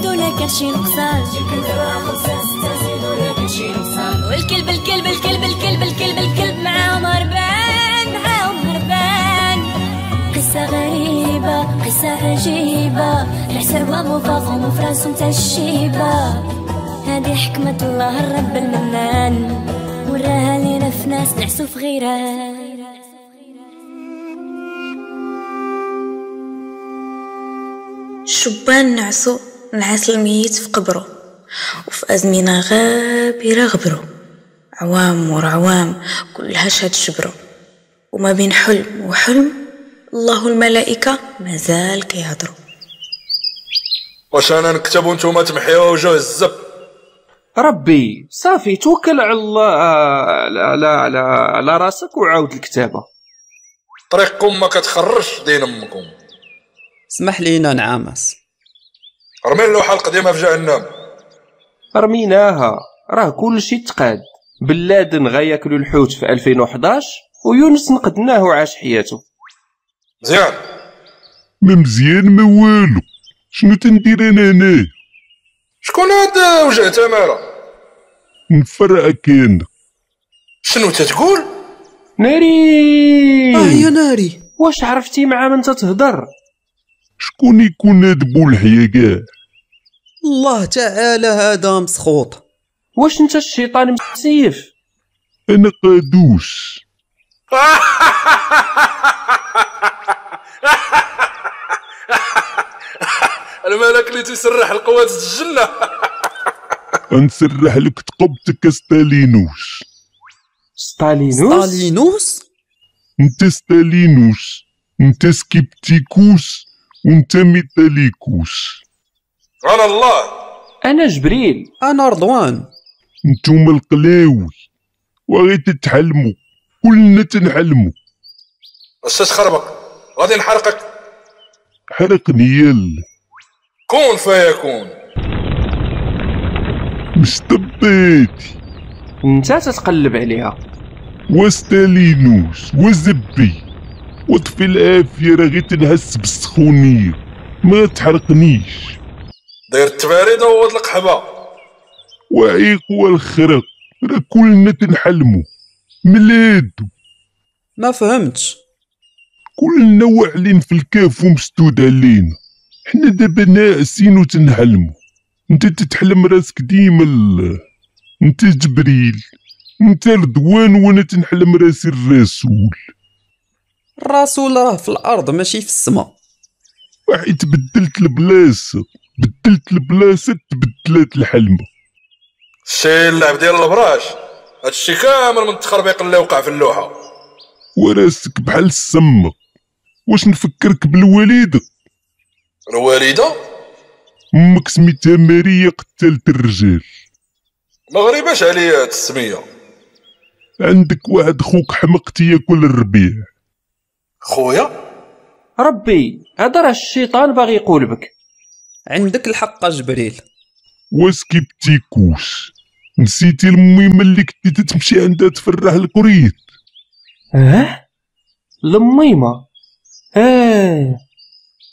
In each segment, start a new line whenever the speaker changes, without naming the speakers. شي نقصان والكلب الكلب الكلب الكلب الكلب الكلب معاهم هربان معاهم هربان قصة غريبة قصة عجيبة الحسابة مفاقهم وفراسهم تا الشيبة هادي حكمة الله الرب المنان وراها لينا في ناس نعسو في غيرها
الشبان نعسو نعس الميت في قبره وفي أزمنة غابرة غبرو عوام ورا عوام كلها شهد شبرو وما بين حلم وحلم الله الملائكة مازال كيهضروا
واش انا نكتب وانتم تمحيو وجه الزب
ربي صافي توكل على الله على على على, على راسك وعاود الكتابه
طريقكم ما كتخرجش دين امكم
اسمح لينا نعامس
رمي اللوحه القديمه في جهنم
رميناها راه كلشي تقاد بن لادن غياكلو الحوت في 2011 ويونس نقدناه وعاش حياته
مزيان
ما مزيان ما والو شنو تندير انا هنا
شكون هاد وجه تماره
نفرقك انا
شنو تتقول
ناري
آه يا ناري
واش عرفتي مع من تتهضر
شكون يكون هاد بولحيا كاع
الله تعالى هذا مسخوط
واش انت الشيطان مسيف
انا قادوس
الملك اللي تيسرح القوات الجنه
غنسرح لك تقبتك ستالينوس
ستالينوس
ستالينوس
انت ستالينوس انت سكيبتيكوس وانت ميتاليكوس
على الله
انا جبريل
انا رضوان
نتوما القلاوي وغي تتحلموا كلنا تنحلموا
اش تتخربق غادي نحرقك
حرقني يلا
كون فيكون
مستبيتي
انت تتقلب عليها
وستالينوس وزبي وطفي العافية راه غي تنهس بالسخونية ما تحرقنيش
داير التباريد ووض القحبه
وعيق والخرق راه كلنا تنحلمو ملادو
ما فهمتش
كلنا واعلين في الكاف ومسدود علينا حنا دابا ناعسين وتنحلمو انت تتحلم راسك ديما ال- انت جبريل انت رضوان وانا تنحلم راسي الرسول
الرسول راه في الارض ماشي في السماء
وحيت بدلت البلاصه بدلت البلاصه تبدلات الحلمه
الشي اللعب ديال البراش هادشي كامل من التخربيق اللي وقع في اللوحه
وراسك بحال السما واش نفكرك بالوالده
الوالده
امك سميتها ماريا قتلت الرجال
ما غريباش عليا هاد السميه
عندك واحد خوك حمق تياكل الربيع
خويا
ربي هذا راه الشيطان باغي يقول بك
عندك الحق جبريل
واسكيبتيكوس نسيتي المهمة اللي كنتي تمشي عندها تفرح القريت
اه لميمه اه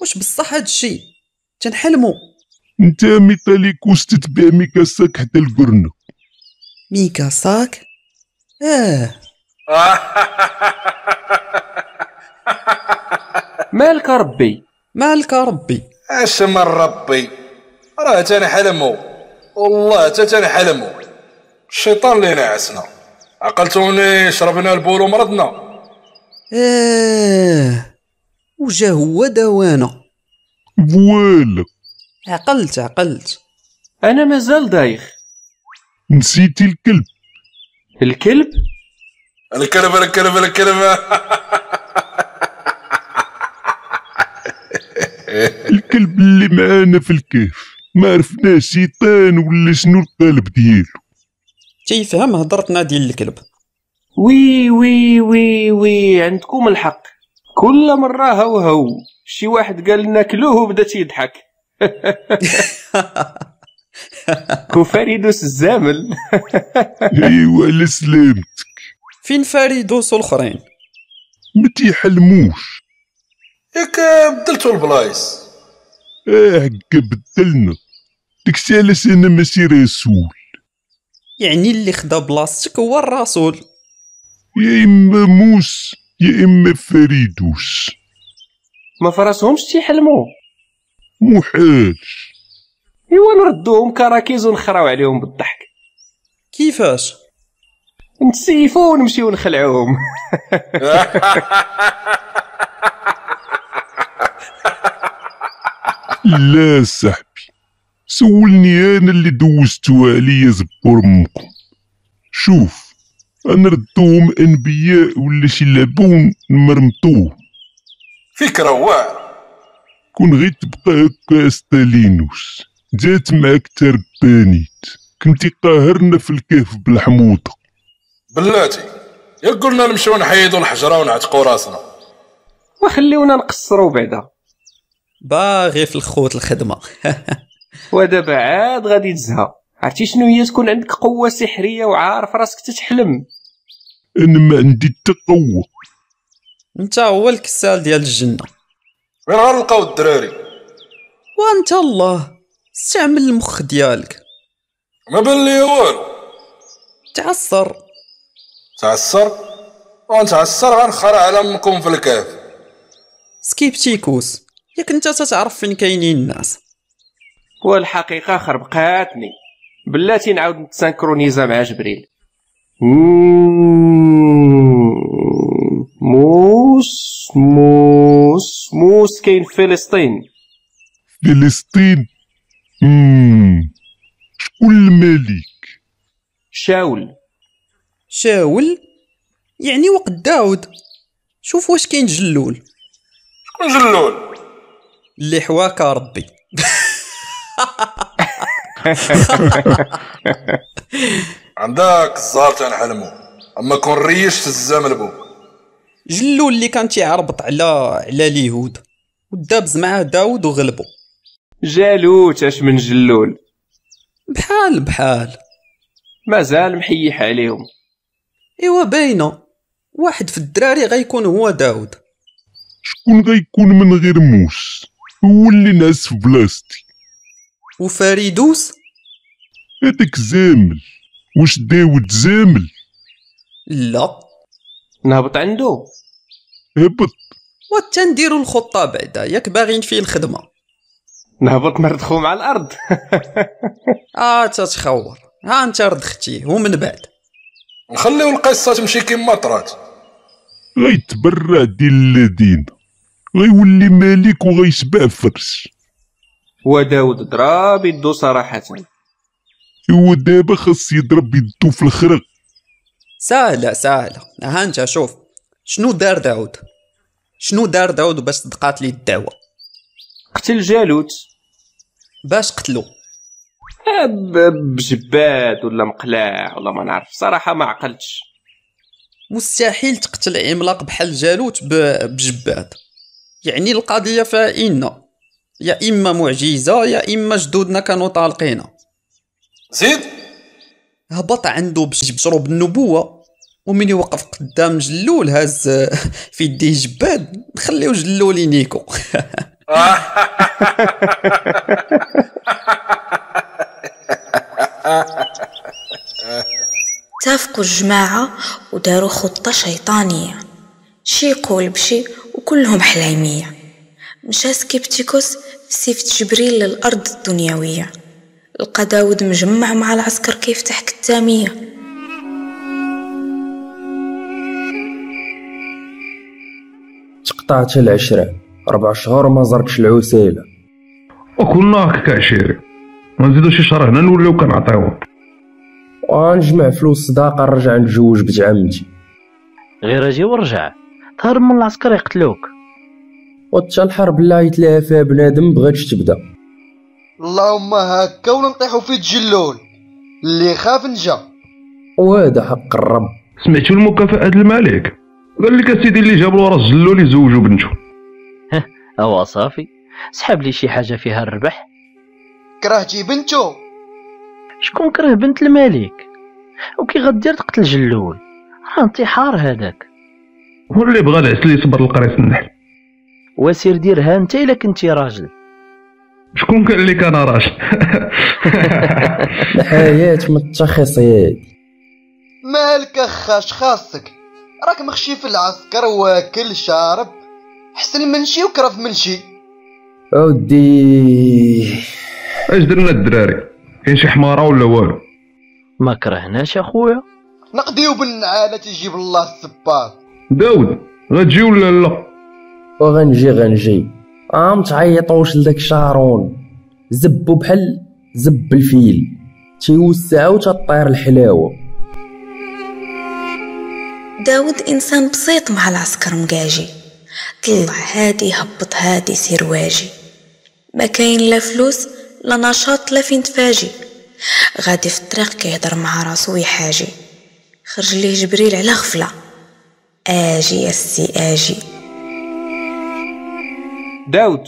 واش بصح هاد الشي تنحلمو
انت ميتاليكوس تتبع ميكاساك حتى القرنة
ميكا ساك اه
آه.
مالك ربي
مالك ربي
اش من ربي راه تاني حلمو والله تا تاني حلمو الشيطان اللي نعسنا عقلتوني شربنا البول ومرضنا
اه وجا هو دوانا
فوالا
عقلت عقلت
انا مازال دايخ
نسيتي الكلب
الكلب
الكلب الكلب الكلب
الكلب اللي معانا في الكهف ما عرفناه شيطان ولا شنو القالب ديالو
تيفهم هضرتنا ديال الكلب
وي وي وي وي عندكم الحق كل مرة هو هو شي واحد قال لنا كلوه وبدا تيضحك كوفاريدوس الزامل
ايوا على سلامتك
فين فاريدوس الاخرين
ما تيحلموش
ياك بدلتو البلايص
اه هكا آه، بدلنا داكشي علاش انا ماشي رسول
يعني اللي خدا بلاصتك هو الرسول
يا اما موس يا اما فريدوس
ما فراسهمش تيحلموا
محال
ايوا نردوهم كراكيز ونخراو عليهم بالضحك
كيفاش
نتسيفو ونمشيو نخلعوهم
لا صاحبي سولني انا اللي دوزتو عليا زبور امكم شوف نردوهم انبياء ولا شي لعبون نمرمطوه
فكره واعره
كون غير تبقى هكا استالينوس جات معاك تربانيت كنتي قاهرنا في الكهف بالحموضه
بلاتي يا قلنا نمشيو نحيدو الحجره ونعتقو راسنا
وخليونا نقصرو بعدا
باغي في الخوت الخدمه
ودابا عاد غادي تزهى عرفتي شنو هي تكون عندك قوه سحريه وعارف راسك تتحلم
انا ما عندي حتى قوه
انت هو الكسال ديال الجنه
وين غنلقاو الدراري
وانت الله استعمل المخ ديالك
ما بان لي والو
تعصر
تعسر ونتعسر غنخرع على امكم في الكهف
سكيبتيكوس ياك انت تتعرف فين كاينين الناس
والحقيقه خربقاتني بلاتي نعاود نتسانكرونيزا مع جبريل مم. موس موس موس كاين في فلسطين
فلسطين مم. شكون الملك
شاول
شاول يعني وقت داود شوف واش كاين جلول
شكون جلول
اللي حواك ربي
عندك الزهر تنحلمو اما كون ريشت الزام البو
جلول اللي كان تيعربط على على اليهود ودابز معاه داود وغلبو
جالوت اش من جلول
بحال بحال
مازال محيح عليهم
ايوا باينه واحد في الدراري غيكون هو داود
شكون غيكون من غير موس هو اللي نعس في بلاصتي
وفريدوس
هذاك زامل واش داود زامل
لا
نهبط عنده
هبط
وتنديروا الخطه بعدا ياك باغيين فيه الخدمه
نهبط نردخو مع الارض
اه تتخور ها انت ردختيه ومن بعد
نخليو القصه تمشي كما طرات
غيتبرع ديال الذين غيولي ملك وغيشبع فرس
وداود ضرب يدو صراحه
هو دابا خاص يضرب يدو في الخرق
سهله سهله ها انت شوف شنو دار داود شنو دار داود باش صدقات لي الدعوه
قتل جالوت
باش قتلو
آه، ب- بجباد ولا مقلاع ولا ما نعرف صراحه ما عقلتش
مستحيل تقتل عملاق بحال جالوت ب- بجباد يعني القضيه فإنة يا اما معجزه يا اما جدودنا كانوا طالقينا
زيد
هبط عنده باش يشرب النبوه ومن يوقف قدام جلول هاز آه، في يديه جباد نخليو جلول ينيكو
اتفقوا الجماعة وداروا خطة شيطانية شي يقول بشي وكلهم حلايمية مشى سكيبتيكوس في سيفة جبريل للأرض الدنيوية لقى داود مجمع مع العسكر كيف تحت التامية
تقطعت العشرة ربع شهور ما زرتش العسيلة
وكنا هكاك عشيري ما نزيدو شي شهر هنا نوليو كنعطيوهم
وغنجمع فلوس صداقة نرجع نتزوج بنت عمتي
غير اجي ورجع تهرب من العسكر يقتلوك
وتا الحرب لا يتلاها فيها بنادم بغاتش تبدا
اللهم هكا ونطيحو في تجلول اللي خاف نجا
وهذا حق الرب
سمعتو المكافأة د الملك قال لك اسيدي اللي جاب له راس جلول يزوجو بنته
اوا صافي سحب لي شي حاجه فيها الربح
كرهتي بنتو
شكون كره بنت الملك وكي غدير تقتل جلول راه انتحار هذاك
هو اللي بغى العسل يصبر القريص النحل
وسير ديرها انت الا كنتي راجل
شكون كان اللي كان راش
الحياة ما التخصيص
مالك اخا اش خاصك راك مخشي في العسكر واكل شارب حسن من شي وكرف من شي
اودي
اش درنا الدراري كاين شي حماره ولا والو
ما كرهناش اخويا
نقضيو بالنعالة تجيب الله السباط
داود غتجي ولا لا
وغنجي غنجي عم تعيطوش لذاك شارون زبو بحال زب الفيل تيوسع وتطير الحلاوه
داود إنسان بسيط مع العسكر مقاجي طلع هادي هبط هادي سير واجي ما كاين لا فلوس لا نشاط لا فين تفاجي غادي في الطريق كيهضر مع راسو ويحاجي خرج ليه جبريل على غفلة آجي يا سي آجي
داود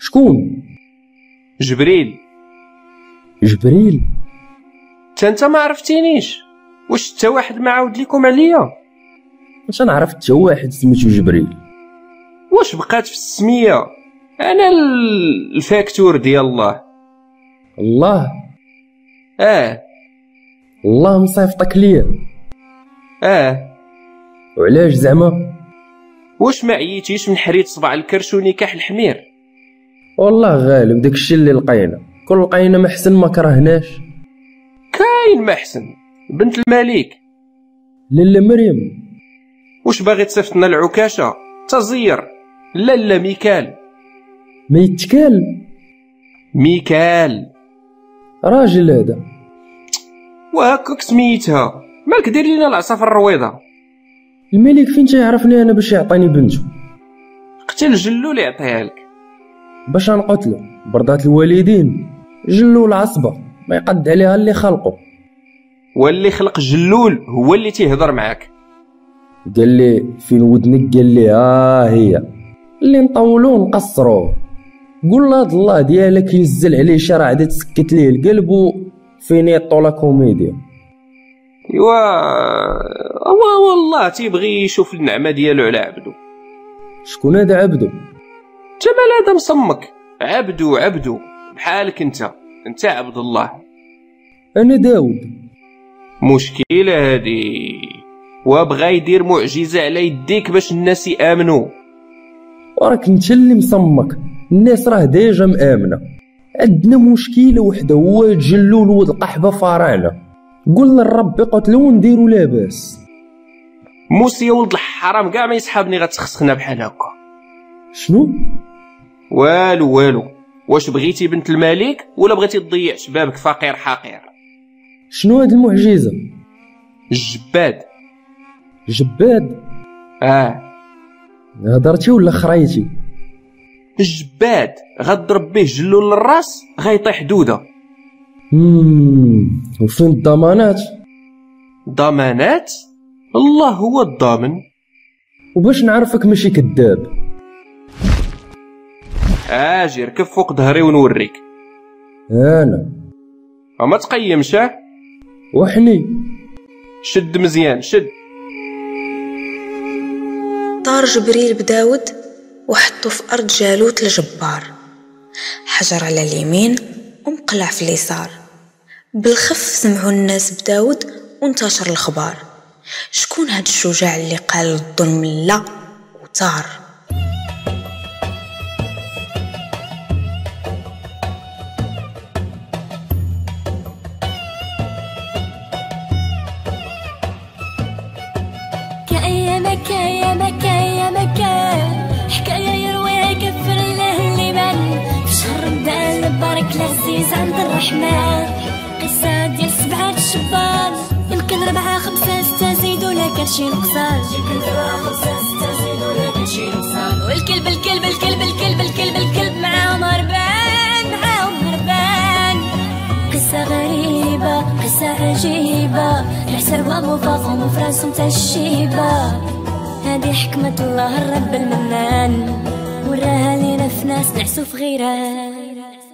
شكون
جبريل
جبريل
تا انت ما عرفتينيش واش تا واحد ما عاود لكم عليا
واش انا عرفت حتى واحد سميتو جبريل
واش بقات في السميه انا ال- الفاكتور ديال الله
الله
اه
الله مصيفطك ليا
اه
وعلاش زعما
واش ما عييتيش من حريت صباع الكرش ونكاح الحمير
والله غالب داكشي اللي لقينا كل لقينا ما حسن ما كرهناش
كاين ما احسن بنت الملك
لالا مريم
واش باغي تصيفطنا العكاشه تزير لا لا ميكال
ما يتكال
ميكال
راجل هذا
وهكاك سميتها مالك دير لينا العصا في الرويضه
الملك فين تيعرفني انا باش يعطيني بنته
قتل جلول يعطيها لك
باش نقتلو برضات الوالدين جلو العصبه ما يقد عليها اللي خلقو
واللي خلق جلول هو اللي تيهضر معاك
قال لي فين ودنك قال لي ها هي اللي نطولو نقصرو قول له هاد الله ديالك ينزل عليه شي رعده تسكت ليه القلب وفينيطو لا كوميديا
ايوا هو والله تيبغي يشوف النعمه ديالو على عبدو
شكون هذا عبدو
انت مال هذا مصمك عبدو عبدو بحالك انت انت عبد الله
انا داود
مشكله هادي وبغى يدير معجزه على يديك باش الناس يامنوا
وراك انت اللي مصمك الناس راه ديجا مآمنة عندنا مشكلة وحدة هو جلول ولد القحبة فرانا قول للرب قتلو ونديرو لاباس
موسى يا ولد الحرام كاع ما يسحبني غتسخسخنا بحال هكا
شنو
والو والو واش بغيتي بنت الملك ولا بغيتي تضيع شبابك فقير حقير
شنو هاد المعجزة
الجباد
جباد
اه
هضرتي ولا خريتي
الجباد غضرب به جلول للراس غيطيح دوده
مم، وفين الضمانات
ضمانات الله هو الضامن
وباش نعرفك ماشي كذاب
اجي ركب آه، فوق ظهري ونوريك
انا
ما تقيمش اه
وحني
شد مزيان شد
طار جبريل بداود وحطو في أرض جالوت الجبار حجر على اليمين ومقلع في اليسار بالخف سمعوا الناس بداود وانتشر الخبار شكون هاد الشجاع اللي قال للظلم لا وطار
كأي مكة يا مكة يا مكة حكاية يرويها كفر الله اللي بان في شهر رمضان مبارك العزيز عند الرحمن قصة ديال سبعة الشبان يمكن ربعة خمسة ستة زيدوا لها كان شي نقصان يمكن ربعة خمسة ستة زيدوا لها كان شي نقصان والكلب الكلب الكلب الكلب الكلب الكلب معاهم هربان معاهم هربان قصة غريبة قصة عجيبة الحسابة مفاقهم وفراسهم تشيبة هذه حكمة الله الرب المنان وراها لينا في ناس نعسو في غيرها